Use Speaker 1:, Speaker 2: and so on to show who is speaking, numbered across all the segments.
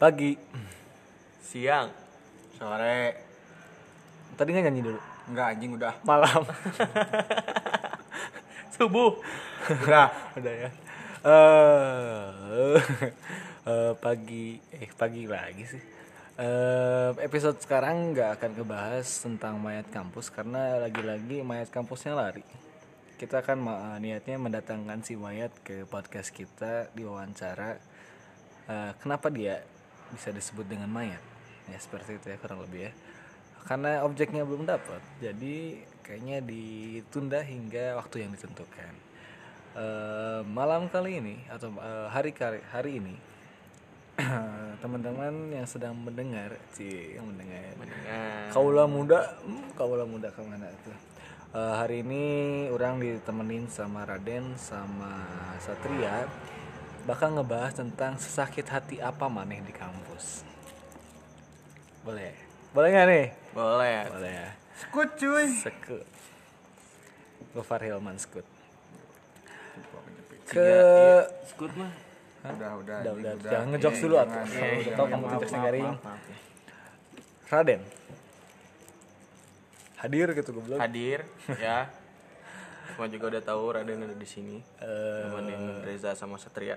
Speaker 1: Pagi.
Speaker 2: Siang. Sore.
Speaker 1: Tadi nggak nyanyi dulu.
Speaker 2: Enggak anjing udah.
Speaker 1: Malam.
Speaker 2: Subuh.
Speaker 1: Udah, udah ya. Eh, eh, pagi, eh pagi lagi sih. Eh, episode sekarang nggak akan ngebahas tentang mayat kampus karena lagi-lagi mayat kampusnya lari. Kita akan ma- niatnya mendatangkan si mayat ke podcast kita di wawancara. Eh, kenapa dia bisa disebut dengan mayat? Ya seperti itu ya kurang lebih ya. Karena objeknya belum dapat, jadi kayaknya ditunda hingga waktu yang ditentukan. Eh, malam kali ini atau eh, hari kali hari ini teman-teman yang sedang mendengar sih yang mendengar kaula muda hmm, kaula muda kemana itu Eh, hari ini orang ditemenin sama Raden sama Satria bakal ngebahas tentang sesakit hati apa maneh di kampus boleh boleh nggak nih
Speaker 2: Boleh.
Speaker 1: boleh ya
Speaker 2: Skut cuy.
Speaker 1: sekut Gofar Hilman sekut
Speaker 2: Ke skut mah. Udah, Iya, udah.
Speaker 1: udah
Speaker 2: anjing,
Speaker 1: udah jangan ngejokes
Speaker 2: Iya,
Speaker 1: dulu
Speaker 2: iya,
Speaker 1: atuh
Speaker 2: jangan.
Speaker 1: Kalau
Speaker 2: Iya,
Speaker 1: udah tahu
Speaker 2: iya,
Speaker 1: kamu
Speaker 2: maaf,
Speaker 1: tidak
Speaker 2: maaf,
Speaker 1: garing
Speaker 2: maaf, maaf.
Speaker 1: Raden hadir gitu gue belum
Speaker 2: Hadir ya. Semua juga udah tahu Raden ada di sini. Nemenin Reza sama Satria.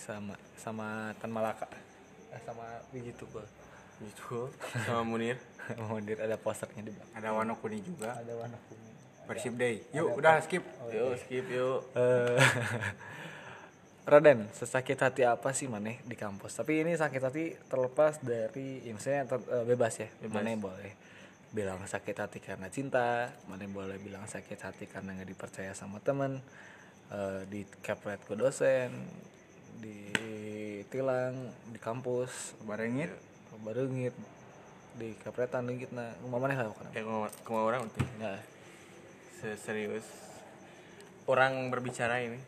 Speaker 1: sama sama Tan Malaka Eh, sama begitu gue
Speaker 2: Gitu. Sama Munir.
Speaker 1: mau hadir ada posternya di belakang
Speaker 3: ada warna kuning juga
Speaker 1: ada warna kuning
Speaker 3: bersih day yuk udah skip
Speaker 2: Yuk skip yuk.
Speaker 1: Eh, Raden, sesakit hati apa sih maneh di kampus? Tapi ini sakit hati terlepas dari, ya misalnya ter- eh, bebas ya, maneh boleh bilang sakit hati karena cinta, maneh boleh bilang sakit hati karena nggak dipercaya sama temen, eh, dikepret ke dosen, ditilang di kampus,
Speaker 3: barengit
Speaker 1: barengit, dikepretan dikit nah, rumah maneh lah pokoknya.
Speaker 2: Kayak kemau- kemau orang untuk
Speaker 1: Nah,
Speaker 2: serius. Orang berbicara ini.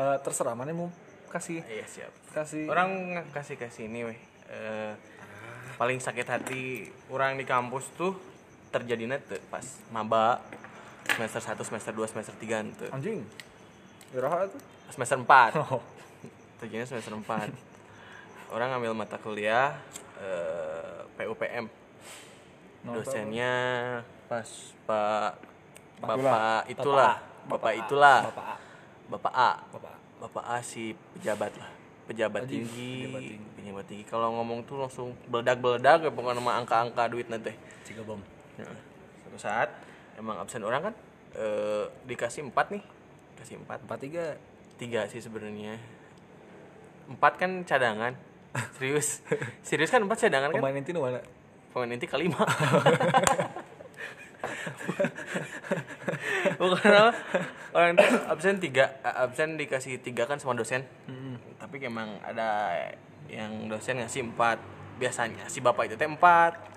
Speaker 1: eh, terserah maneh mau kasih
Speaker 2: Iya siap.
Speaker 1: kasih
Speaker 2: orang kasih kasih ini weh Eh, paling sakit hati orang di kampus tuh terjadinya tuh pas maba semester 1, semester 2, semester 3 tuh
Speaker 1: anjing. Iraha tuh.
Speaker 2: semester 4
Speaker 1: Oh.
Speaker 2: terjadinya semester 4 orang ngambil mata kuliah eh, PUPM dosennya pas pak bapak itulah bapak itulah bapak A bapak A si pejabat lah pejabat tinggi pejabat tinggi kalau ngomong tuh langsung beledak beledak ya pokoknya nama angka-angka duit nanti
Speaker 1: Ciga bom.
Speaker 2: Nah. suatu saat emang absen orang kan eh, dikasih empat nih kasih empat
Speaker 1: Empat tiga.
Speaker 2: tiga sih sebenarnya empat kan cadangan serius serius kan empat cadangan kan
Speaker 1: Pemain inti nu mana?
Speaker 2: pemain inti kelima bukan apa orang itu absen tiga absen dikasih tiga kan sama dosen
Speaker 1: Hmm.
Speaker 2: tapi emang ada yang dosen ngasih empat biasanya si bapak itu teh empat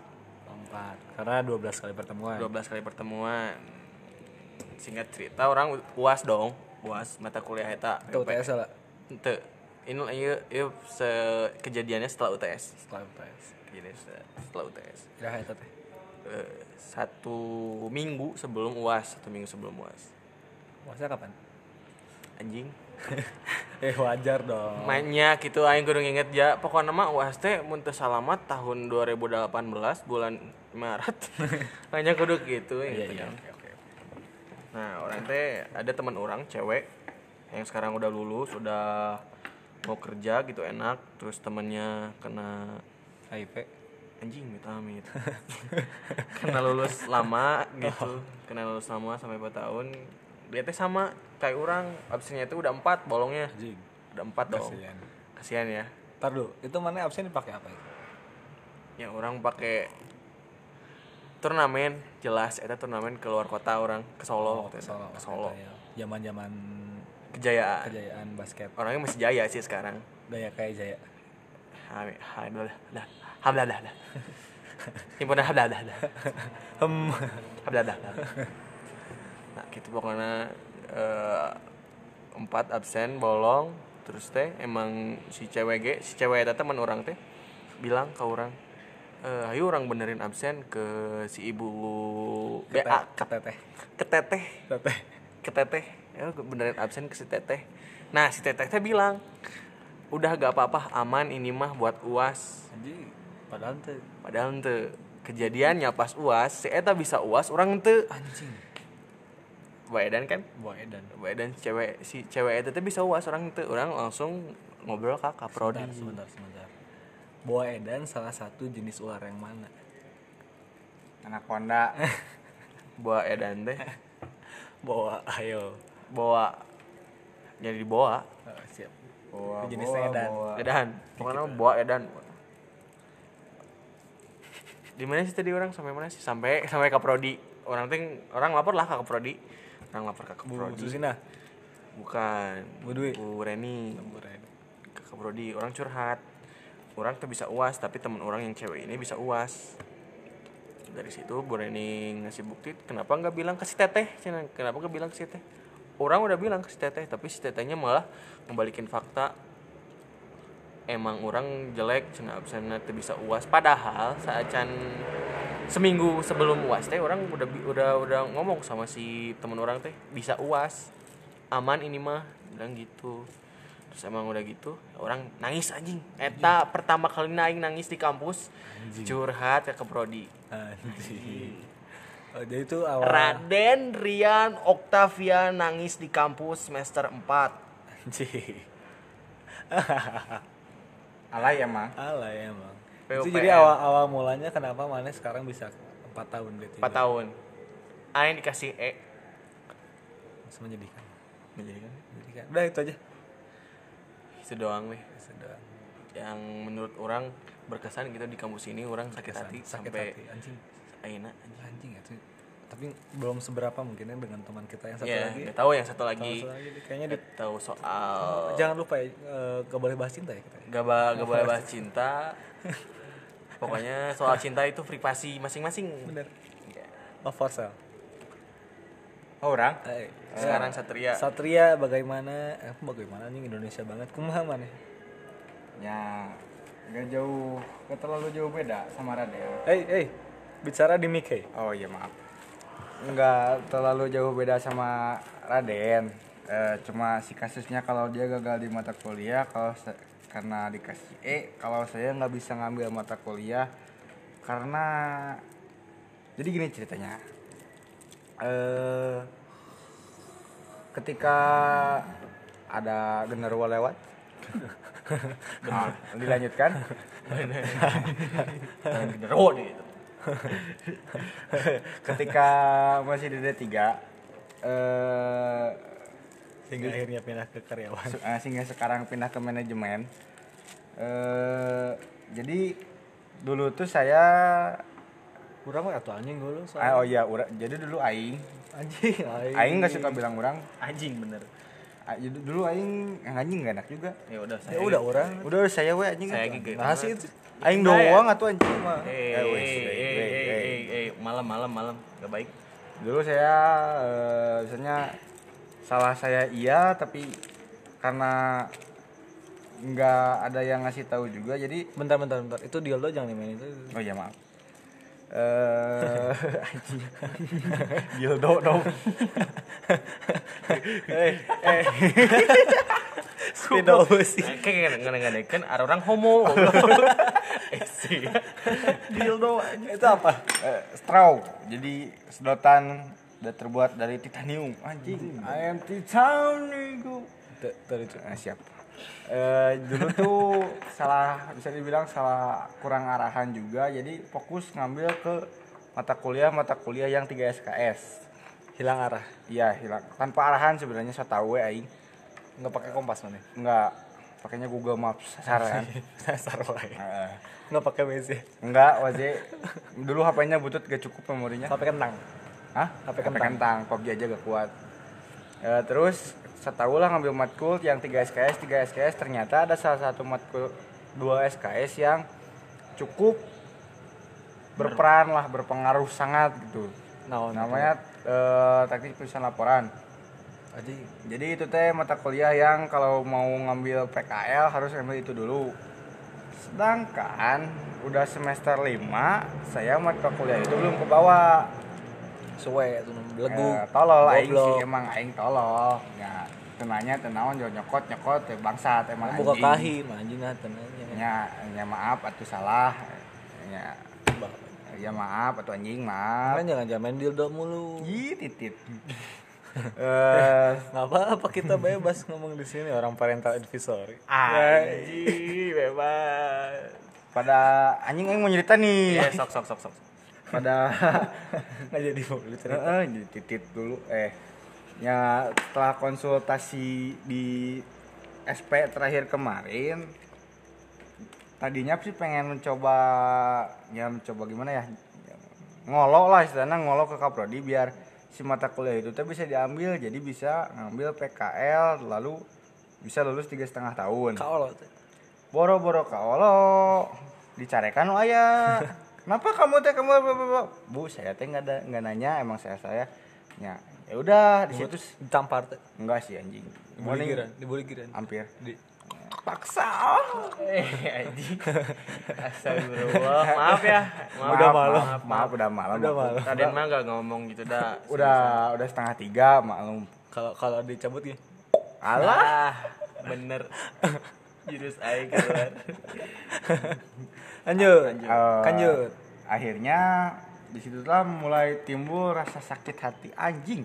Speaker 1: Empat. Karena 12 kali pertemuan.
Speaker 2: 12 kali pertemuan singkat cerita orang uas dong uas mata kuliah eta
Speaker 1: Itu UTS lah.
Speaker 2: Ente. Ini ieu ieu se- kejadiannya setelah UTS.
Speaker 1: Setelah UTS.
Speaker 2: Kejadian se- setelah UTS.
Speaker 1: Iraha eta teh.
Speaker 2: Eh, satu minggu sebelum UAS, satu minggu sebelum UAS.
Speaker 1: Maksudnya kapan?
Speaker 2: Anjing.
Speaker 1: Eh wajar dong.
Speaker 2: Mainnya gitu aing kudu nginget ya. Pokoknya mah UAS teh mun teu salamat tahun 2018 bulan Maret. Hanya kudu gitu
Speaker 1: Iya
Speaker 2: gitu
Speaker 1: iya.
Speaker 2: kan. Nah, orang teh ada teman orang cewek yang sekarang udah lulus, udah mau kerja gitu enak, terus temennya kena
Speaker 1: AIP.
Speaker 2: anjing amit amit kena lulus lama gitu kena lulus lama sampai 4 tahun dia teh sama kayak orang absennya itu udah empat bolongnya
Speaker 1: Anjing.
Speaker 2: udah empat dong
Speaker 1: Kasihan.
Speaker 2: kasihan ya
Speaker 1: Ntar dulu, itu mana absen dipakai apa itu?
Speaker 2: yang Ya, orang pakai turnamen jelas itu turnamen keluar kota orang ke
Speaker 1: Oh,
Speaker 2: Solo waktu itu. Oh, ke Solo
Speaker 1: ya. Zaman-zaman Ah.
Speaker 2: kejayaan
Speaker 1: kejayaan basket.
Speaker 2: orangnya masih jaya sih sekarang
Speaker 1: Gaya kayak Jaya.
Speaker 2: Hamid Hamid dah habla dah dah himpunan habla dah dah
Speaker 1: Hem.
Speaker 2: Abdadah. Nah, gitu pokoknya eh, empat absen bolong terus teh emang si cewek ge si cewek eta teman orang teh bilang ke orang eh ayo orang benerin absen ke si ibu BA
Speaker 1: Ke teteh.
Speaker 2: ke teteh
Speaker 1: Teteh.
Speaker 2: ke teteh ya benerin absen ke si teteh nah si teteh teh bilang udah gak apa-apa aman ini mah buat uas
Speaker 1: Anjing, padahal teh
Speaker 2: padahal ente kejadiannya pas uas si eta bisa uas orang ente
Speaker 1: anjing. Iya.
Speaker 2: baedan kan
Speaker 1: Buah edan.
Speaker 2: baedan cewek si cewek eta teh bisa uas orang ente orang langsung ngobrol ke kaprodi
Speaker 1: Sebentar, sebentar, sebentar. Buah edan salah satu jenis ular yang mana?
Speaker 3: anak konda
Speaker 2: bawa edan teh
Speaker 1: Boa, ayo.
Speaker 2: bawa jadi dibawa
Speaker 1: Oh, siap.
Speaker 3: Boa,
Speaker 1: Jenisnya
Speaker 3: boa,
Speaker 1: edan.
Speaker 3: boa.
Speaker 2: edan pokoknya bawa edan di mana sih tadi orang sampai mana sih sampai sampai kaprodi orang ting orang lapor lah ke kaprodi orang lapor ke
Speaker 1: Bu
Speaker 2: kaprodi
Speaker 1: Susina.
Speaker 2: bukan
Speaker 1: Bu Dwi.
Speaker 2: bu Reni
Speaker 1: Bu Red.
Speaker 2: ke kaprodi orang curhat orang tuh bisa uas tapi temen orang yang cewek ini bisa uas dari situ bu Reni ngasih bukti kenapa nggak bilang ke si teteh Cina? kenapa nggak bilang ke si teteh orang udah bilang ke si teteh tapi si tetehnya malah ngebalikin fakta emang orang jelek cina absennya tuh bisa uas padahal saat can seminggu sebelum uas teh orang udah bi- udah udah ngomong sama si temen orang teh bisa uas aman ini mah bilang gitu terus emang udah gitu orang nangis anjing eta pertama kali naik nangis di kampus curhat ya ke prodi
Speaker 1: Anjing. Oh, jadi itu awal
Speaker 2: Raden Rian Octavian nangis di kampus semester 4
Speaker 1: anjing.
Speaker 3: alay emang
Speaker 1: Alay emang.
Speaker 2: PUPM.
Speaker 1: Itu jadi awal awal mulanya kenapa Mane sekarang bisa 4 tahun berarti.
Speaker 2: 4 tahun Aing dikasih E
Speaker 1: Terus Menjadikan.
Speaker 2: menjadikan
Speaker 1: Menjadikan. kan? Udah itu aja.
Speaker 2: itu doang weh
Speaker 1: Sudah.
Speaker 2: yang menurut orang berkesan gitu di kampus ini orang sakit hati
Speaker 1: sakit
Speaker 2: sampai
Speaker 1: hati anjing.
Speaker 2: Aina anjing.
Speaker 1: Anjing ya itu. Tapi belum seberapa mungkinnya dengan teman kita yang satu
Speaker 2: ya
Speaker 1: lagi.
Speaker 2: nggak tahu yang satu lagi
Speaker 1: Satu lagi kayaknya di
Speaker 2: tahu soal
Speaker 1: Jangan lupa ya, eh, gak boleh bahas cinta ya kita. ya.
Speaker 2: gak ba- gak boleh bahas cinta pokoknya soal cinta itu privasi masing-masing
Speaker 1: Bener.
Speaker 2: Ya.
Speaker 1: Love for sale.
Speaker 3: oh, orang
Speaker 1: Eh,
Speaker 2: sekarang Satria
Speaker 1: Satria bagaimana? Eh, bagaimana nih Indonesia banget? Kumaha Mane?
Speaker 3: ya nggak jauh nggak terlalu jauh beda sama Raden
Speaker 1: Eh, eh, bicara di mic hey.
Speaker 3: oh iya maaf nggak terlalu jauh beda sama Raden Eh, cuma si kasusnya kalau dia gagal di mata kuliah kalau sa- karena dikasih E kalau saya nggak bisa ngambil mata kuliah karena jadi gini ceritanya eh ketika ada genderuwo lewat Nah, dilanjutkan
Speaker 2: genderuwo dia itu
Speaker 3: ketika masih di D3 eh
Speaker 1: Sehingga akhirnya pindah ke karyawan.
Speaker 3: se- eh, sehingga sekarang pindah ke manajemen eh jadi dulu tuh saya
Speaker 1: Kurang mah atuh anjing dulu
Speaker 3: ah,
Speaker 1: soalnya.
Speaker 3: oh iya ura- jadi dulu aing
Speaker 1: Anjing.
Speaker 3: aing nggak suka bilang orang
Speaker 2: anjing bener
Speaker 3: Ah, jadi dulu aing ah, anjing gak enak juga
Speaker 2: ya udah saya
Speaker 1: Ya udah orang.
Speaker 3: udah saya we anjing
Speaker 2: saya
Speaker 3: atuh.
Speaker 2: gigi
Speaker 1: Nah sih itu.
Speaker 3: aing doang atuh anjing mah
Speaker 2: eh
Speaker 3: Eh,
Speaker 2: eh
Speaker 3: wes,
Speaker 2: eh, eh,
Speaker 3: we, we,
Speaker 2: eh,
Speaker 3: we.
Speaker 2: eh, eh, malam malam malam gak baik
Speaker 3: dulu saya eh, misalnya salah saya iya tapi karena nggak ada yang ngasih tahu juga jadi
Speaker 1: Bentar bentar bentar. Itu dildo jangan dimainin itu.
Speaker 3: oh iya maaf eh anjing. dildo dong
Speaker 1: eh, eh. Tidak sih.
Speaker 2: Eh, kayak ngedengerin orang homo eh sih
Speaker 1: Dildo itu apa?
Speaker 3: Eh, straw jadi sedotan udah terbuat dari titanium anjing I am titanium
Speaker 1: Tuh, tuh, itu.
Speaker 3: Ah, siap. Eh, dulu tuh salah bisa dibilang salah kurang arahan juga jadi fokus ngambil ke mata kuliah mata kuliah yang 3 SKS
Speaker 1: Hilang arah.
Speaker 3: iya hilang tanpa arahan sebenarnya saya tahu we, aing
Speaker 1: Nggak pakai kompas Mane.
Speaker 3: nggak pakainya Google Maps saran
Speaker 1: Dasar wae.
Speaker 3: Ah.
Speaker 1: Nggak pakai WC.
Speaker 3: enggak waze dulu HP-nya butut gak cukup memorinya
Speaker 1: Sampai kentang.
Speaker 3: Hah?
Speaker 1: HP
Speaker 3: HP
Speaker 1: kentang.
Speaker 3: kentang. PUBG aja gak kuat. Eh, terus saya tahu lah ngambil matkul yang 3 SKS, 3 SKS ternyata ada salah satu matkul 2 SKS yang cukup berperan lah, berpengaruh sangat gitu.
Speaker 1: Naon.
Speaker 3: Namanya eh, taktik penulisan laporan.
Speaker 1: Aji.
Speaker 3: Jadi itu teh mata kuliah yang kalau mau ngambil PKL harus ngambil itu dulu. Sedangkan udah semester 5 saya mata kuliah itu belum ke bawah
Speaker 1: Suwe itu legu.
Speaker 3: Eh, tolol aing
Speaker 1: goblok.
Speaker 3: sih emang aing tolol ya tunanya tenawan jauh nyokot nyokot teh bangsa teh mah
Speaker 1: buka
Speaker 3: anjing. Ya.
Speaker 1: kahi mah anjing nah tenangnya
Speaker 3: nya nya maaf atuh salah nya ya maaf atuh anjing maaf
Speaker 1: kan jangan jamin dildo mulu
Speaker 3: Ih, titit eh
Speaker 1: nggak apa-apa kita bebas ngomong di sini orang parental advisory
Speaker 2: Anjing, bebas.
Speaker 3: pada anjing yang mau cerita nih
Speaker 2: Ya, sok sok sok sok.
Speaker 3: pada
Speaker 1: nggak jadi mau cerita
Speaker 3: Eh, eh, jadi titit dulu eh ya setelah konsultasi di SP terakhir kemarin tadinya sih pengen mencoba ya mencoba gimana ya ngolok lah istilahnya ngolok ke kaprodi biar si mata kuliah itu tuh bisa diambil jadi bisa ngambil PKL lalu bisa lulus tiga setengah tahun
Speaker 1: kau lo
Speaker 3: boro-boro kaolo dicarekan oh ayah kenapa kamu teh kamu bu saya teh nggak ada nggak nanya emang saya saya ya ya udah di situ s-
Speaker 1: ditampar teh
Speaker 3: enggak sih anjing
Speaker 1: dibully
Speaker 3: Morning.
Speaker 1: giran dibully giran
Speaker 3: hampir
Speaker 1: Di-
Speaker 3: paksa
Speaker 2: Eh, anjing. Astagfirullah. Maaf ya. Maaf.
Speaker 1: udah
Speaker 3: maaf,
Speaker 1: malam.
Speaker 3: maaf, maaf, udah malam
Speaker 1: Udah
Speaker 3: aku.
Speaker 1: malam.
Speaker 2: Raden mah gak ngomong gitu dah.
Speaker 3: udah udah setengah tiga maklum
Speaker 1: kalau kalau dicabut ya
Speaker 3: alah
Speaker 2: Bener. Jurus aing keluar.
Speaker 1: lanjut Ah,
Speaker 3: Eh,
Speaker 1: lanjut
Speaker 3: akhirnya di situ lah mulai timbul rasa sakit hati anjing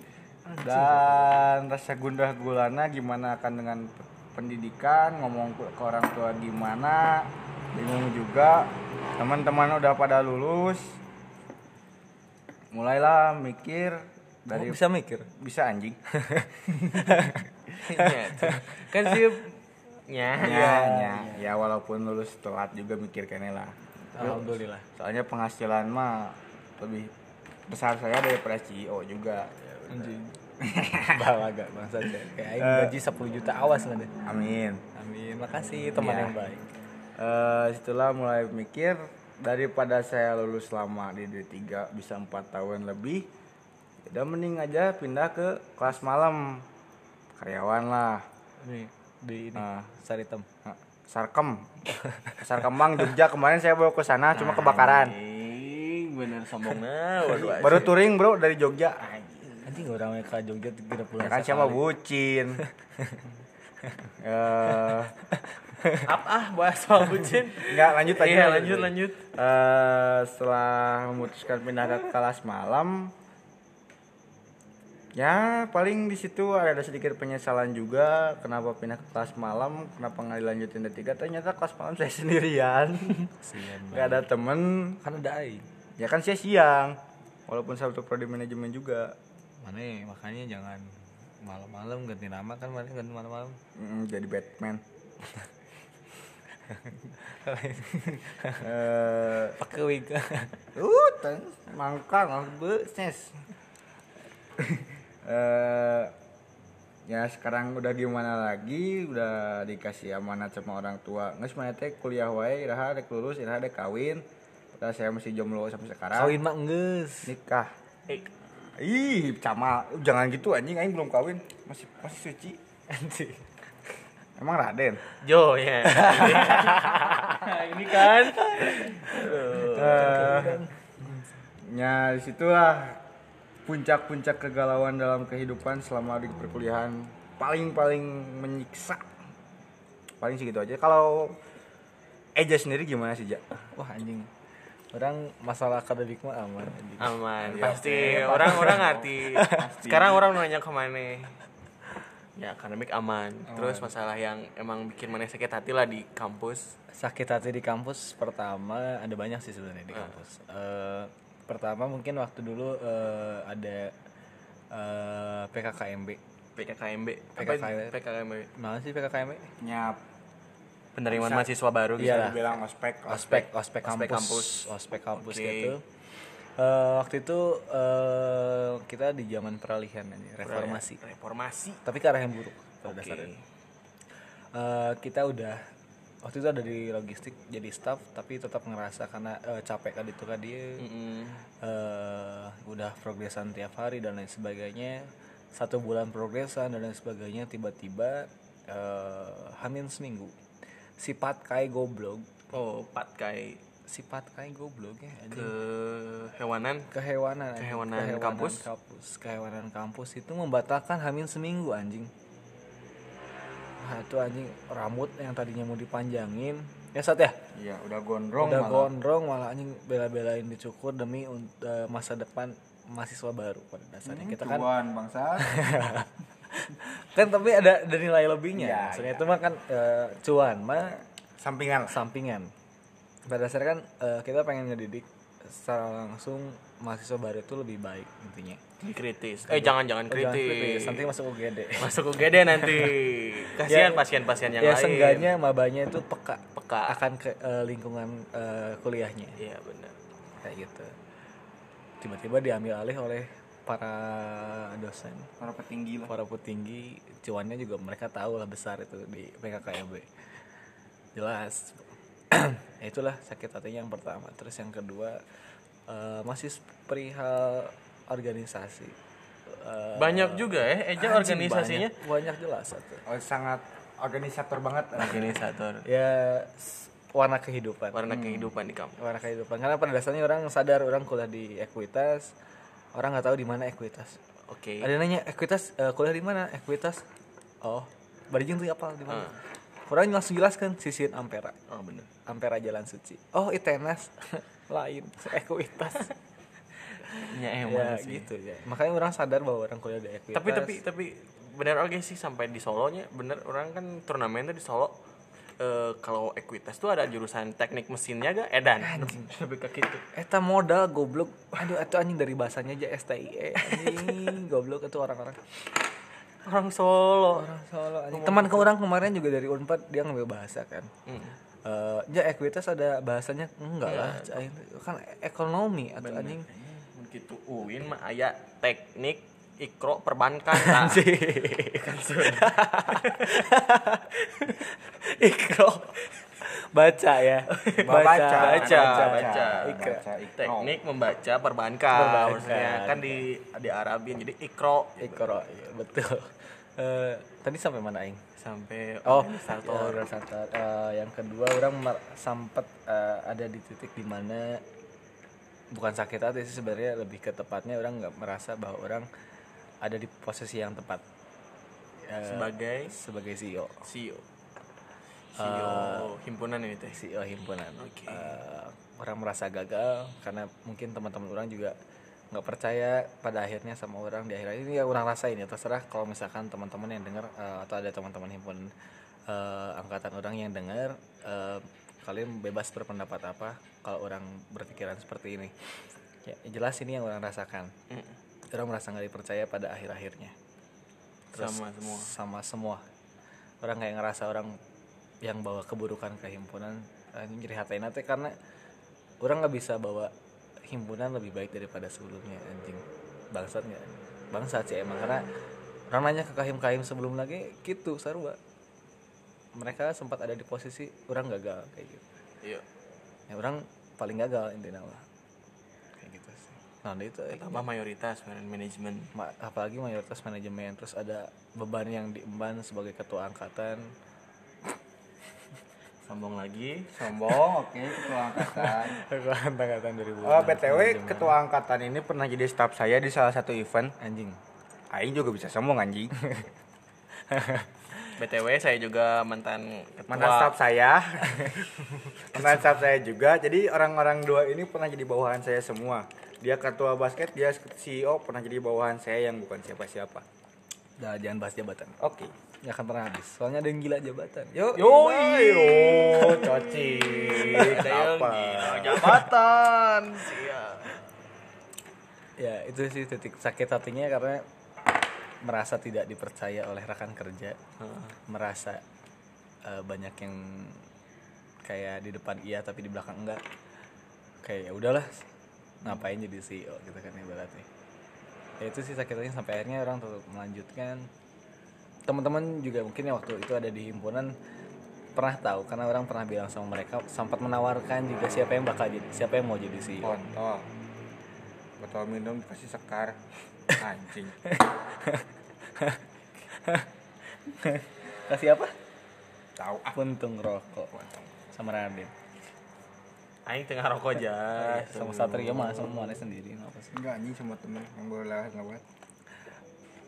Speaker 3: dan rasa gundah gulana gimana akan dengan p- pendidikan ngomong ke ke orang tua gimana bingung juga teman-teman udah pada lulus mulailah mikir
Speaker 1: Kamu
Speaker 3: dari
Speaker 1: Oh, bisa mikir
Speaker 3: bisa anjing
Speaker 2: Ya, tuh. Kan sih nya.
Speaker 1: Iya,
Speaker 3: ya, ya, ya walaupun lulus telat juga mikir kene lah
Speaker 1: alhamdulillah
Speaker 3: soalnya penghasilan mah lebih besar saya daripada CEO juga
Speaker 1: anjing bawa agak bangsa Cek. kayak aing
Speaker 3: Eh.
Speaker 1: gaji 10 juta awas mana
Speaker 3: amin
Speaker 1: amin Iya. makasih teman
Speaker 3: Ya.
Speaker 1: yang baik
Speaker 3: Eh setelah mulai mikir daripada saya lulus lama di D3 bisa empat tahun lebih ya udah mending aja pindah ke kelas malam karyawan lah
Speaker 1: nih di ini
Speaker 3: Ah.
Speaker 1: saritem
Speaker 3: Eh, sarkem sarkemang Jogja kemarin saya baru ke sana cuma kebakaran
Speaker 2: Anjing, bener sombong nah. Waduh. anjing.
Speaker 3: baru touring bro dari Jogja
Speaker 1: anjing orang yang ke Jogja tidak pulang
Speaker 3: ya kan siapa bucin eh
Speaker 2: Apa ah bahas soal bucin?
Speaker 3: Enggak, lanjut aja.
Speaker 2: Iya, lanjut, lanjut.
Speaker 3: Eh, setelah memutuskan pindah ke kelas malam Ya, paling di situ ada sedikit penyesalan juga kenapa pindah ke kelas malam, kenapa nggak dilanjutin D3 ternyata kelas malam saya sendirian.
Speaker 1: Kasihan
Speaker 3: nggak ada temen
Speaker 1: kan ada aing
Speaker 3: Ya kan saya siang. Walaupun satu prodi manajemen juga.
Speaker 1: mana ya? makanya jangan malam-malam ganti nama kan mana ganti malam-malam
Speaker 3: Mm, jadi Batman. Eh,
Speaker 1: pakai wig
Speaker 3: Uh, ten, mangkang ah, beses. Eh ya sekarang udah gimana lagi udah dikasih amanat sama orang tua nggak semuanya teh kuliah wae iraha dek lulus iraha dek kawin padahal saya masih jomblo sampai sekarang
Speaker 1: kawin mah enggeus
Speaker 3: nikah
Speaker 2: Eh,
Speaker 3: ih camal jangan gitu anjing aing belum kawin masih masih suci
Speaker 1: anjing
Speaker 3: emang raden
Speaker 2: Jo ya. Ini kan.
Speaker 3: Eh, ya disitulah puncak-puncak kegalauan dalam kehidupan selama di perkuliahan paling-paling menyiksa paling segitu aja kalau Eja sendiri gimana sih Ja?
Speaker 1: wah anjing orang masalah akademik mah aman anjing
Speaker 2: Aman, pasti orang-orang ngerti. Sekarang orang nanya ke mana? Ya, akademik aman. Terus masalah yang emang bikin mana sakit hati lah di kampus.
Speaker 1: sakit hati di kampus pertama ada banyak sih sebenarnya di kampus Eh, pertama mungkin waktu dulu eh, ada eh, PKKMB
Speaker 2: PKKMB.
Speaker 1: PKKMB.
Speaker 2: PKKMB.
Speaker 1: mana sih PKKMB
Speaker 3: Nyap
Speaker 2: Penerimaan mahasiswa baru gitu.
Speaker 1: Iya.
Speaker 3: bilang ospek
Speaker 1: ospek ospek
Speaker 2: Ospek
Speaker 1: kampus
Speaker 2: kampus.
Speaker 1: ospek kampus
Speaker 2: Oke.
Speaker 1: gitu Eh, waktu itu eh, kita di zaman peralihan ini reformasi
Speaker 2: Reformasi.
Speaker 1: tapi ke arah yang buruk pada
Speaker 2: Oke.
Speaker 1: dasarnya Eh, kita udah waktu itu ada di logistik jadi staff tapi tetap ngerasa karena eh, capek kan itu kan dia
Speaker 2: Mm-mm.
Speaker 1: eh udah progresan tiap hari dan lain sebagainya satu bulan progresan dan lain sebagainya tiba-tiba eh hamin seminggu sifat kai goblok
Speaker 2: Oh, pat kai
Speaker 1: sifat kai goblok ya anjing.
Speaker 2: ke
Speaker 1: Hmm.
Speaker 2: hewanan.
Speaker 1: kehewanan anjing.
Speaker 2: Kehewanan kampus?
Speaker 1: kampus kehewanan kampus itu membatalkan hamin seminggu anjing itu anjing rambut yang tadinya mau dipanjangin ya saat ya
Speaker 3: Iya, udah gondrong
Speaker 1: udah
Speaker 3: malah.
Speaker 1: gondrong malah anjing bela-belain dicukur demi un- eh, masa depan mahasiswa baru pada dasarnya
Speaker 3: Hmm,
Speaker 1: kita kan
Speaker 3: Cuan bangsa.
Speaker 1: kan tapi ada, ada nilai lebihnya
Speaker 3: Iya,
Speaker 1: maksudnya itu mah kan eh, cuan mah
Speaker 3: Sampingan lah.
Speaker 1: sampingan pada dasarnya kan eh, kita pengen ngedidik secara langsung mahasiswa baru itu lebih baik intinya
Speaker 2: Dikritis. Eh
Speaker 1: Oh, jangan
Speaker 2: jangan-jangan kritis.
Speaker 1: kritis, nanti masuk UGD
Speaker 2: Masuk UGD nanti. Kasihan pasien-pasien yang
Speaker 1: ya
Speaker 2: lain.
Speaker 1: seenggaknya mabanya itu peka
Speaker 2: Peka.
Speaker 1: akan ke eh, lingkungan eh, kuliahnya
Speaker 2: Iya benar.
Speaker 1: kayak gitu tiba-tiba diambil alih oleh para dosen
Speaker 3: Para petinggi lah.
Speaker 1: para petinggi cuannya juga mereka tahu lah besar itu di PKKMB E jelas Ya, itulah sakit hatinya yang pertama terus yang kedua eh, masih perihal organisasi Eh,
Speaker 2: Banyak juga ya Eja
Speaker 1: anjing
Speaker 2: organisasinya.
Speaker 1: banyak, banyak jelas satu
Speaker 3: Oh, sangat organisator banget.
Speaker 2: Organisator.
Speaker 1: ya s- warna kehidupan
Speaker 2: Warna kehidupan di kampus.
Speaker 1: warna kehidupan karena pada dasarnya orang sadar orang kuliah di ekuitas orang nggak tahu di mana ekuitas
Speaker 2: Oke.
Speaker 1: ada yang nanya ekuitas eh, kuliah di mana ekuitas oh barijeng tuh apa di mana
Speaker 2: Ah.
Speaker 1: orang langsung jelaskan sisiin ampera
Speaker 2: Oh benar.
Speaker 1: ampera jalan suci oh itenas lain ekuitas ya
Speaker 2: Ya emang sih.
Speaker 1: gitu ya makanya orang sadar bahwa orang kuliah di ekuitas
Speaker 2: Tapi tapi tapi benar oke sih sampai di Solonya benar orang kan turnamennya di Solo eh, kalau Equitas tuh ada jurusan teknik mesinnya gak? Edan. Lebih ke gitu.
Speaker 1: Eta modal goblok. Aduh, itu anjing dari bahasanya aja STIE. E. Anjing goblok itu orang-orang.
Speaker 2: Orang Solo.
Speaker 1: Orang Solo. anjing. Teman ke orang kemarin juga dari Unpad dia ngambil bahasa kan. Eh, ya ekuitas ada bahasanya enggak lah. Aing tuh Kan ekonomi atau anjing.
Speaker 2: Begitu Uin mah aya teknik ikro perbankan nah.
Speaker 1: Ikro. Baca ya.
Speaker 3: Baca,
Speaker 2: baca,
Speaker 3: Baca,
Speaker 2: baca,
Speaker 3: ikro.
Speaker 2: Baca, ikro. teknik membaca perbankan,
Speaker 1: Perbankan.
Speaker 2: maksudnya kan di di Arabin jadi ikro
Speaker 1: Ikro, iya, betul. Eh, tadi sampai mana aing?
Speaker 2: sampai
Speaker 1: Oh,
Speaker 2: satu
Speaker 1: ya, organisator. Eh, yang kedua orang mer- sempet eh, ada di titik dimana bukan sakit hati sih sebenarnya lebih ke tepatnya orang nggak merasa bahwa orang ada di posisi yang tepat
Speaker 2: Iya.
Speaker 1: Eh,
Speaker 2: sebagai E
Speaker 1: sebagai E CEO,
Speaker 2: CEO CEO E himpunan ini teh
Speaker 1: CEO Iya oh, himpunan.
Speaker 2: Oke.
Speaker 1: Eh, orang merasa gagal karena mungkin teman-teman orang juga nggak percaya pada akhirnya sama orang di akhir ini ya orang rasain ya terserah kalau misalkan teman-teman yang dengar eh, atau ada teman-teman himpunan eh, angkatan orang yang dengar eh, kalian bebas berpendapat apa kalau orang berpikiran seperti ini ya jelas ini yang orang rasakan orang merasa nggak dipercaya pada akhir-akhirnya
Speaker 2: sama semua
Speaker 1: sama semua orang kayak ngerasa orang yang bawa keburukan ke himpunan eh, anjing jadi hatain teh karena orang nggak bisa bawa himpunan lebih baik daripada sebelumnya anjing bangsat nggak bangsat sih emang karena orang nanya ke kahim kahim sebelum lagi gitu sarua mereka sempat ada di posisi orang gagal kayak gitu
Speaker 2: iya
Speaker 1: ya orang paling gagal intinya lah kayak gitu sih nah itu
Speaker 2: tambah
Speaker 3: Iya.
Speaker 2: mayoritas man- manajemen
Speaker 1: Ma- apalagi mayoritas manajemen terus ada beban yang diemban sebagai ketua angkatan
Speaker 2: sambung lagi
Speaker 3: Sombong, oke, ketua angkatan.
Speaker 1: ketua angkatan 2000
Speaker 3: Oh, BTW ketua angkatan ini pernah jadi staff saya di salah satu event.
Speaker 1: anjing
Speaker 3: Aing juga bisa sombong anjing.
Speaker 2: btw saya juga mantan ketua
Speaker 3: Mantan staff saya. Mantan staff saya juga. Jadi orang-orang dua ini pernah jadi bawahan saya semua. Dia ketua basket, dia CEO, pernah jadi bawahan saya yang bukan siapa-siapa.
Speaker 1: udah Nah, jangan bahas jabatan
Speaker 3: Oke.
Speaker 1: nggak akan pernah habis soalnya ada yang gila jabatan
Speaker 3: Yo,
Speaker 2: Yoi.
Speaker 3: yo, coci.
Speaker 2: saya
Speaker 3: Apa?
Speaker 2: iya. gila jabatan iya
Speaker 1: ya itu sih titik sakit hatinya karena merasa tidak dipercaya oleh rekan kerja merasa eh, banyak yang kayak di depan iya tapi di belakang enggak kayak ya udahlah ngapain jadi CEO gitu kan ibaratnya ya itu sih sakit hatinya sampai akhirnya orang tetap melanjutkan teman-teman juga mungkin ya waktu itu ada di himpunan pernah tahu karena orang pernah bilang sama mereka sempat menawarkan juga siapa yang bakal jadi siapa yang mau jadi E CEO
Speaker 3: Kontol. Botol minum dikasih sekar. Anjing.
Speaker 1: kasih apa
Speaker 3: Tahu ah.
Speaker 1: puntung rokok sama Raden
Speaker 2: Aing tengah rokok aja
Speaker 1: sama Satria mah sama Muane sendiri apa sih
Speaker 3: Enggak anjing sama temen yang boleh lewat.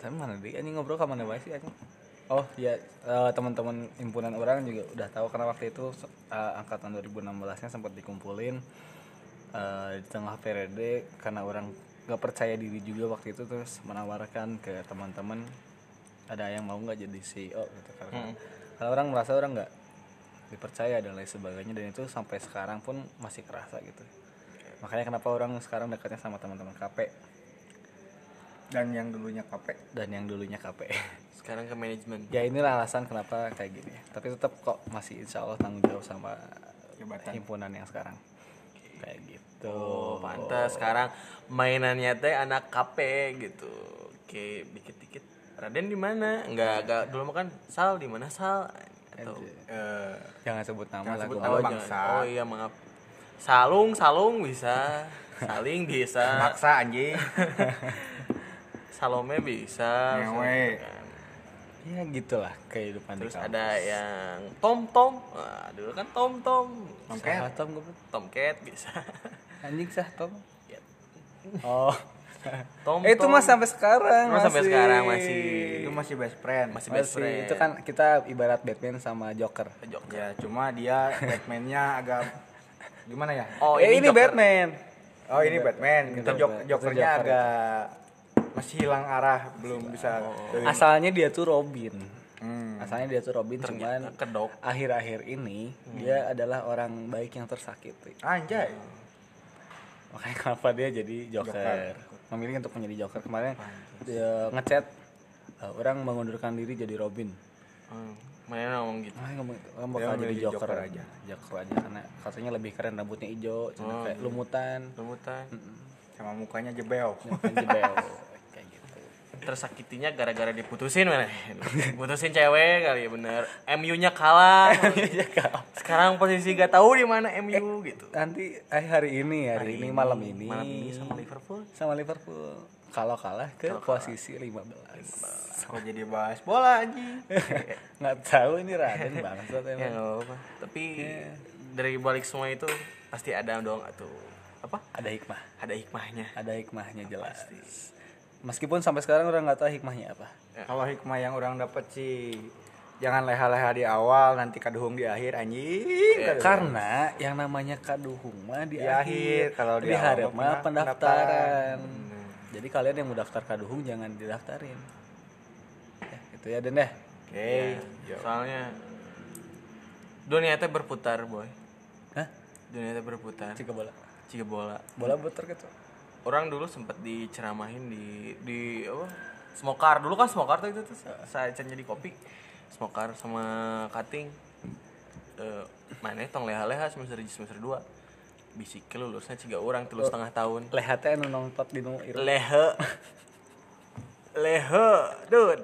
Speaker 1: tapi mana deh anjing ngobrol ke mana bae sih anjing Oh ya eh, teman-teman himpunan orang juga udah tahu karena waktu itu se- eh, angkatan 2016-nya sempat dikumpulin eh, di tengah periode karena orang nggak percaya diri juga waktu itu terus menawarkan ke teman-teman ada yang mau nggak jadi CEO gitu karena kalau orang merasa orang nggak dipercaya dan lain sebagainya dan itu sampai sekarang pun masih kerasa gitu makanya kenapa orang sekarang dekatnya sama teman-teman KP
Speaker 3: dan yang dulunya KP
Speaker 1: dan yang dulunya KP
Speaker 2: Sekarang ke manajemen.
Speaker 1: ya inilah alasan kenapa kayak gini tapi tetap kok masih insya Allah tanggung jawab sama
Speaker 3: Jabatan.
Speaker 1: himpunan yang sekarang kayak gitu
Speaker 2: Oh, pantas sekarang mainannya teh anak KP gitu. Oke, dikit-dikit. Raden di mana? Enggak, enggak dulu makan Sal di mana Sal? Atau
Speaker 3: eh,
Speaker 1: jangan sebut nama
Speaker 3: Jangan
Speaker 1: lah
Speaker 3: sebut
Speaker 1: gua
Speaker 3: nama.
Speaker 1: nggak-
Speaker 2: jangan.
Speaker 3: bangsa.
Speaker 2: Oh iya, maaf. Salung, Salung bisa. Saling bisa.
Speaker 3: maksa anjing
Speaker 2: Salome bisa.
Speaker 3: Ngewe.
Speaker 1: ya gitulah kehidupan
Speaker 2: Terus
Speaker 1: di kampus.
Speaker 2: ada yang Tom Tom. Nah, dulu kan Tom Tom.
Speaker 1: Sah,
Speaker 3: Tomcat
Speaker 1: Tom goblok.
Speaker 2: Tomcat bisa.
Speaker 1: anjing sah Tom
Speaker 2: Ya.
Speaker 1: oh
Speaker 2: Tom
Speaker 1: Eh, itu
Speaker 2: Tom.
Speaker 1: mas sampai sekarang
Speaker 2: Mas sampai sekarang masih.
Speaker 3: itu masih best friend
Speaker 2: Masih best
Speaker 1: masih
Speaker 2: friend.
Speaker 1: itu kan kita ibarat Batman sama Joker
Speaker 2: Joker.
Speaker 3: ya cuma dia Batmannya agak gimana ya
Speaker 2: Oh,
Speaker 1: eh
Speaker 2: ini
Speaker 1: ini
Speaker 2: Joker.
Speaker 1: Batman
Speaker 3: oh ini Batman itu
Speaker 1: Batman.
Speaker 3: jok
Speaker 1: Itu
Speaker 3: jokernya
Speaker 1: Joker.
Speaker 3: agak masih hilang arah belum bisa dari-
Speaker 1: asalnya dia tuh Robin
Speaker 3: Hmm.
Speaker 1: asalnya dia tuh Robin
Speaker 2: Ternyata
Speaker 1: cuman
Speaker 2: kedok.
Speaker 1: akhir-akhir ini dia adalah orang baik yang tersakiti
Speaker 3: anjay
Speaker 1: makanya kenapa dia jadi joker,
Speaker 3: Joker.
Speaker 1: memilih untuk menjadi joker kemarin dia ngechat "Eh, orang mengundurkan diri jadi Robin
Speaker 2: Hmm, Mana ngomong gitu.
Speaker 1: ah ngomong gitu, orang
Speaker 3: Dia
Speaker 1: bakal jadi
Speaker 3: memilih
Speaker 1: joker,
Speaker 3: Joker
Speaker 1: aja
Speaker 3: aja.
Speaker 1: joker aja karena katanya lebih keren rambutnya hijau cina kayak lumutan
Speaker 2: Rebutan.
Speaker 3: sama mukanya jebel
Speaker 1: kan jebel kayak gitu
Speaker 2: Tersakitinya gara-gara diputusin mana? Putusin cewek kali ya bener. MU-nya kalah.
Speaker 1: Iya,
Speaker 2: Sekarang posisi gak tahu di mana MU gitu.
Speaker 1: nanti eh, hari ini hari, ini, malam ini
Speaker 2: Hmm, Malam ini sama Liverpool.
Speaker 1: sama Liverpool kalau kalah ke posisi 15
Speaker 3: kok jadi bahas bola anjing
Speaker 1: nggak tahu ini Raden bangsat
Speaker 2: Ya
Speaker 1: emang
Speaker 2: nggak apa-apa. Tapi dari balik semua itu pasti ada dong atau apa?
Speaker 1: ada hikmah
Speaker 2: Ada hikmahnya.
Speaker 1: ada hikmahnya jelas meskipun sampai sekarang orang nggak tahu hikmahnya apa
Speaker 3: kalau hikmah yang orang dapat sih jangan leha-leha di awal nanti kaduhung di akhir
Speaker 1: Ya.
Speaker 3: anjing
Speaker 1: karena yang namanya kaduhung mah di,
Speaker 3: Di
Speaker 1: akhir
Speaker 3: akhir, kalau
Speaker 1: di
Speaker 3: di awal
Speaker 1: harap
Speaker 3: mah
Speaker 1: mah
Speaker 3: pendaftaran.
Speaker 1: pendaftaran jadi kalian yang mau daftar kaduhung jangan didaftarin ya, itu ya Den ya
Speaker 3: oke
Speaker 2: Iya. Soalnya dunia itu berputar, boy.
Speaker 1: Hah?
Speaker 2: Dunia itu berputar.
Speaker 1: Cika bola
Speaker 2: Jika bola.
Speaker 1: bola putar gitu
Speaker 2: orang dulu sempet diceramahin di di apa smokar dulu kan smokar tuh itu tuh saya cennya di kopi smokar sama cutting Eh, mana tong leha-leha semester di semester 2 bisikel lulusnya ciga orang tilu setengah tahun
Speaker 1: lehatnya anu nongtot di nu ireng.
Speaker 2: lehe lehe dude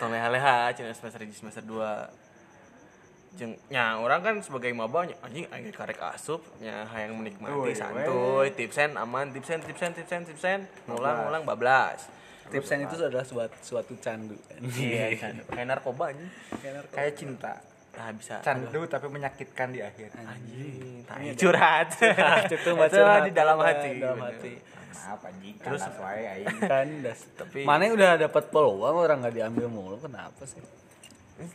Speaker 2: tong leha-leha cenah semester di semester 2 jeng nya orang kan sebagai maba nya anjing aing ge karek asup nya hayang menikmati santuy tipsen aman tipsen tipsen tipsen tipsen ngulang ngulang bablas
Speaker 1: tipsnya itu adalah suatu, suatu candu
Speaker 2: iya kan kayak narkoba anjing
Speaker 3: kayak cinta
Speaker 2: nah bisa
Speaker 3: candu tapi menyakitkan di akhir
Speaker 2: anjing tai curhat
Speaker 1: itu mah
Speaker 2: Itu
Speaker 1: curhat.
Speaker 2: di dalam hati
Speaker 1: dalam
Speaker 2: bener.
Speaker 1: hati
Speaker 3: maaf anjing terus sesuai aing
Speaker 1: kan das
Speaker 2: Tapi-
Speaker 1: mana udah dapat peluang orang nggak diambil mulu kenapa sih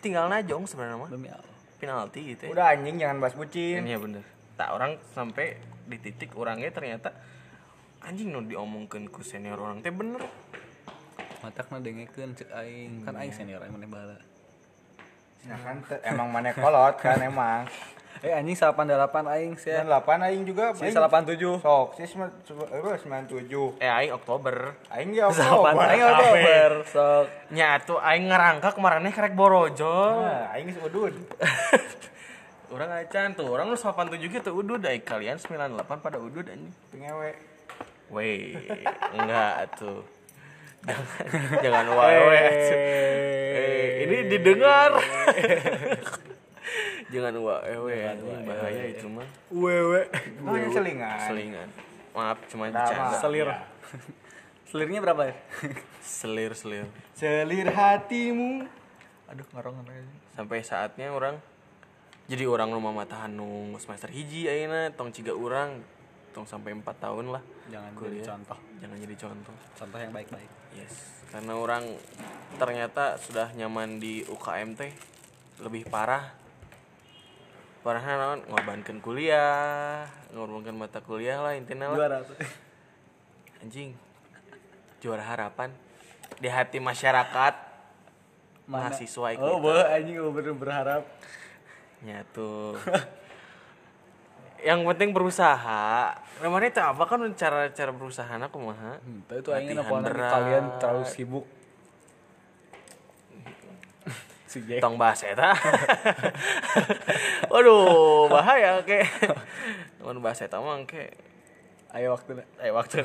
Speaker 2: tinggal najong sebenarnya mah
Speaker 1: demi Allah
Speaker 2: penalti gitu ya.
Speaker 3: udah anjing jangan bahas bucin
Speaker 2: Iya bener. Tak orang sampai di titik orangnya ternyata anjing nu diomongkeun ku senior orang teh bener.
Speaker 1: matakna dengekeun cek aing kan
Speaker 2: Iya.
Speaker 1: aing senior aing maneh bala
Speaker 3: Nah, kan te- emang mana kolot kan emang
Speaker 1: eh anjing 88 aing sia
Speaker 3: dan 8 aing juga
Speaker 1: si 87
Speaker 3: sok si sem- se- eh, 97
Speaker 2: Eh aing Oktober.
Speaker 3: aing ya
Speaker 1: Salapan aing Oktober sok
Speaker 2: Nyatu aing ngerangka kemarinnya karek borojol.
Speaker 3: Nah, aing geus udun
Speaker 2: Orang acan tuh, orang lu 87 gitu udud aing kalian 98 pada udud anjing.
Speaker 3: pengewe
Speaker 2: Weh, enggak tuh. Jangan jangan wae. wae, atuh. Eh, ini didengar. jangan wae wae anjing bahaya itu mah.
Speaker 1: wewe
Speaker 3: Oh,
Speaker 1: Iya,
Speaker 3: yang selingan.
Speaker 2: Selingan. Maaf cuma
Speaker 3: Drama.
Speaker 2: bercanda.
Speaker 1: selir Iya. selirnya berapa ya
Speaker 2: selir selir
Speaker 3: Selir hatimu.
Speaker 1: aduh ngorong aja
Speaker 2: sampai saatnya orang jadi orang rumah mata hanung semester hiji ayeuna tong ciga urang potong sampai 4 tahun lah
Speaker 1: Jangan jadi
Speaker 2: Kuliah.
Speaker 1: contoh.
Speaker 2: jangan jadi contoh
Speaker 1: Contoh yang baik-baik.
Speaker 2: yes karena orang ternyata sudah nyaman di UKM teh lebih parah parahnya naon ngorbankan kuliah ngorbankan mata kuliah lah intinya lah
Speaker 1: Juara.
Speaker 2: anjing juara harapan di hati masyarakat mahasiswa ikut
Speaker 1: Oh, wah anjing gue bener berharap.
Speaker 2: nyatu Ya, yang penting berusaha namanya itu apa kan cara cara berusaha aku mah
Speaker 1: Hmm, Tapi itu aing
Speaker 2: Latihan
Speaker 1: apa
Speaker 2: berat.
Speaker 1: kalian terlalu sibuk. si Jack.
Speaker 2: Gitu. tong bahas eta waduh bahaya ke Mun bahas eta mah ke
Speaker 1: Ayo waktu
Speaker 2: eh waktu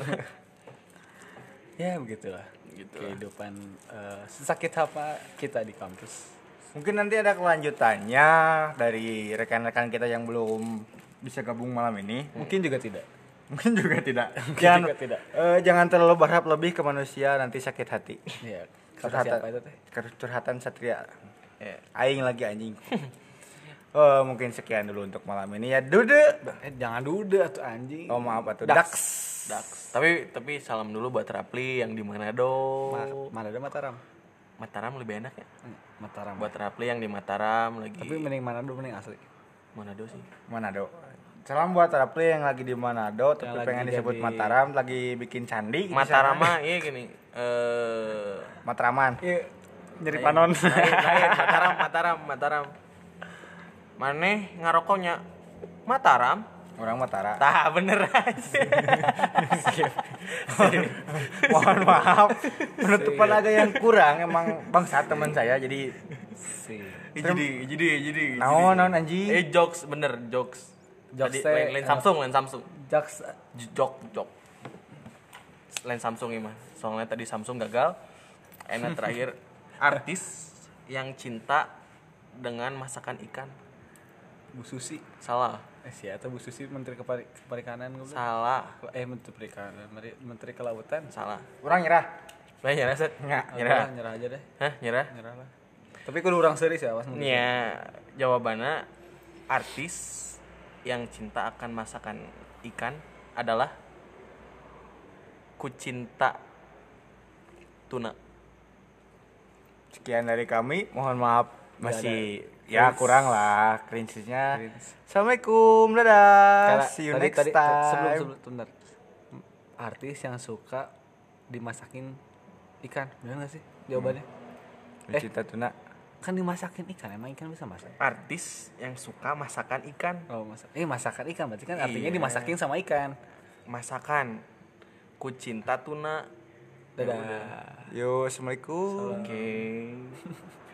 Speaker 1: Ya begitulah.
Speaker 2: Gitu lah.
Speaker 1: Kehidupan eh, sesakit apa kita di kampus.
Speaker 3: Mungkin nanti ada kelanjutannya dari rekan-rekan kita yang belum bisa gabung malam ini.
Speaker 1: Mungkin juga tidak.
Speaker 3: Mungkin juga tidak.
Speaker 1: juga tidak.
Speaker 3: eh, jangan terlalu berharap lebih ke manusia nanti sakit hati.
Speaker 1: Iya. Kata siapa itu teh?
Speaker 3: curhatan Satria.
Speaker 2: Eh,
Speaker 1: Iya.
Speaker 3: Aing lagi anjing. Eh, mungkin sekian dulu untuk malam ini ya. Dude.
Speaker 1: Eh, jangan duda tuh anjing.
Speaker 3: Oh maaf atuh.
Speaker 1: Dax.
Speaker 3: Dax.
Speaker 2: Dax. tapi tapi salam dulu buat Rapli yang di Manado
Speaker 1: Mana ada Mataram?
Speaker 2: Mataram lebih enak ya
Speaker 1: Hmm, Mataram.
Speaker 2: buat Rapli yang di Mataram lagi
Speaker 1: Tapi mending Manado mending asli.
Speaker 2: Manado sih
Speaker 3: Manado. Salam buat Rapli yang lagi di Manado tapi
Speaker 1: lagi
Speaker 3: pengen disebut
Speaker 1: jadi-
Speaker 3: Mataram lagi bikin candi. di
Speaker 2: Mataram
Speaker 3: sana.
Speaker 2: mah iya gini eh
Speaker 3: Matraman.
Speaker 1: Iya. Nyeri panon.
Speaker 2: lain, lain. Mataram Mataram Mataram Maneh ngarokoknya Mataram
Speaker 3: Orang Matara.
Speaker 2: Tah bener aja
Speaker 3: Mohon maaf. Penutupan
Speaker 1: Iya.
Speaker 3: ada yang kurang emang bangsa teman saya jadi
Speaker 1: Si.
Speaker 2: jadi jadi jadi
Speaker 1: Iya.
Speaker 3: naon naon anjing.
Speaker 2: eh jokes bener jokes
Speaker 1: Jokes
Speaker 2: Tadi
Speaker 1: teh,
Speaker 2: lain,
Speaker 1: eh,
Speaker 2: lain Samsung lain Samsung
Speaker 1: Jaks eh,
Speaker 2: J- jok jok lain Samsung ya mah soalnya tadi Samsung gagal enak terakhir artis yang cinta dengan masakan ikan
Speaker 1: Bu Susi.
Speaker 2: salah
Speaker 1: Eh si Ata Bu Susi Menteri Kepari- Keperikanan gue
Speaker 2: salah
Speaker 1: Eh Menteri Perikanan, Menteri- Menteri Kelautan.
Speaker 2: salah
Speaker 3: Orang nyerah.
Speaker 2: Lah nyerah set
Speaker 3: Nggak.
Speaker 2: nyerah
Speaker 1: Udah, nyerah aja deh.
Speaker 2: hah nyerah
Speaker 1: Nyerah lah. Tapi kudu orang serius ya, awas mungkin.
Speaker 2: Ya, jawabannya artis yang cinta akan masakan ikan adalah kucinta tuna.
Speaker 3: Sekian dari kami. Mohon maaf masih ya
Speaker 1: Iya, Cringe.
Speaker 3: kurang lah cringe-nya.
Speaker 1: Cringe.
Speaker 3: Assalamualaikum. Dadah.
Speaker 1: Karena
Speaker 3: See you
Speaker 1: tadi-
Speaker 3: next
Speaker 1: tadi-
Speaker 3: time.
Speaker 1: Sebelum sebelum bentar. Artis yang suka dimasakin ikan, benar gak sih jawabannya?
Speaker 3: Hmm.
Speaker 1: eh.
Speaker 3: Cinta tuna.
Speaker 1: Kan dimasakin ikan, emang ikan bisa masak?
Speaker 2: Artis yang suka masakan ikan,
Speaker 1: Oh, masak. Eh, masakan ikan berarti kan artinya
Speaker 2: Iya.
Speaker 1: dimasakin sama ikan.
Speaker 2: masakan kucinta tuna.
Speaker 3: Iya,
Speaker 1: Dadah. Ah.
Speaker 3: Yo, assalamualaikum.
Speaker 2: Oke.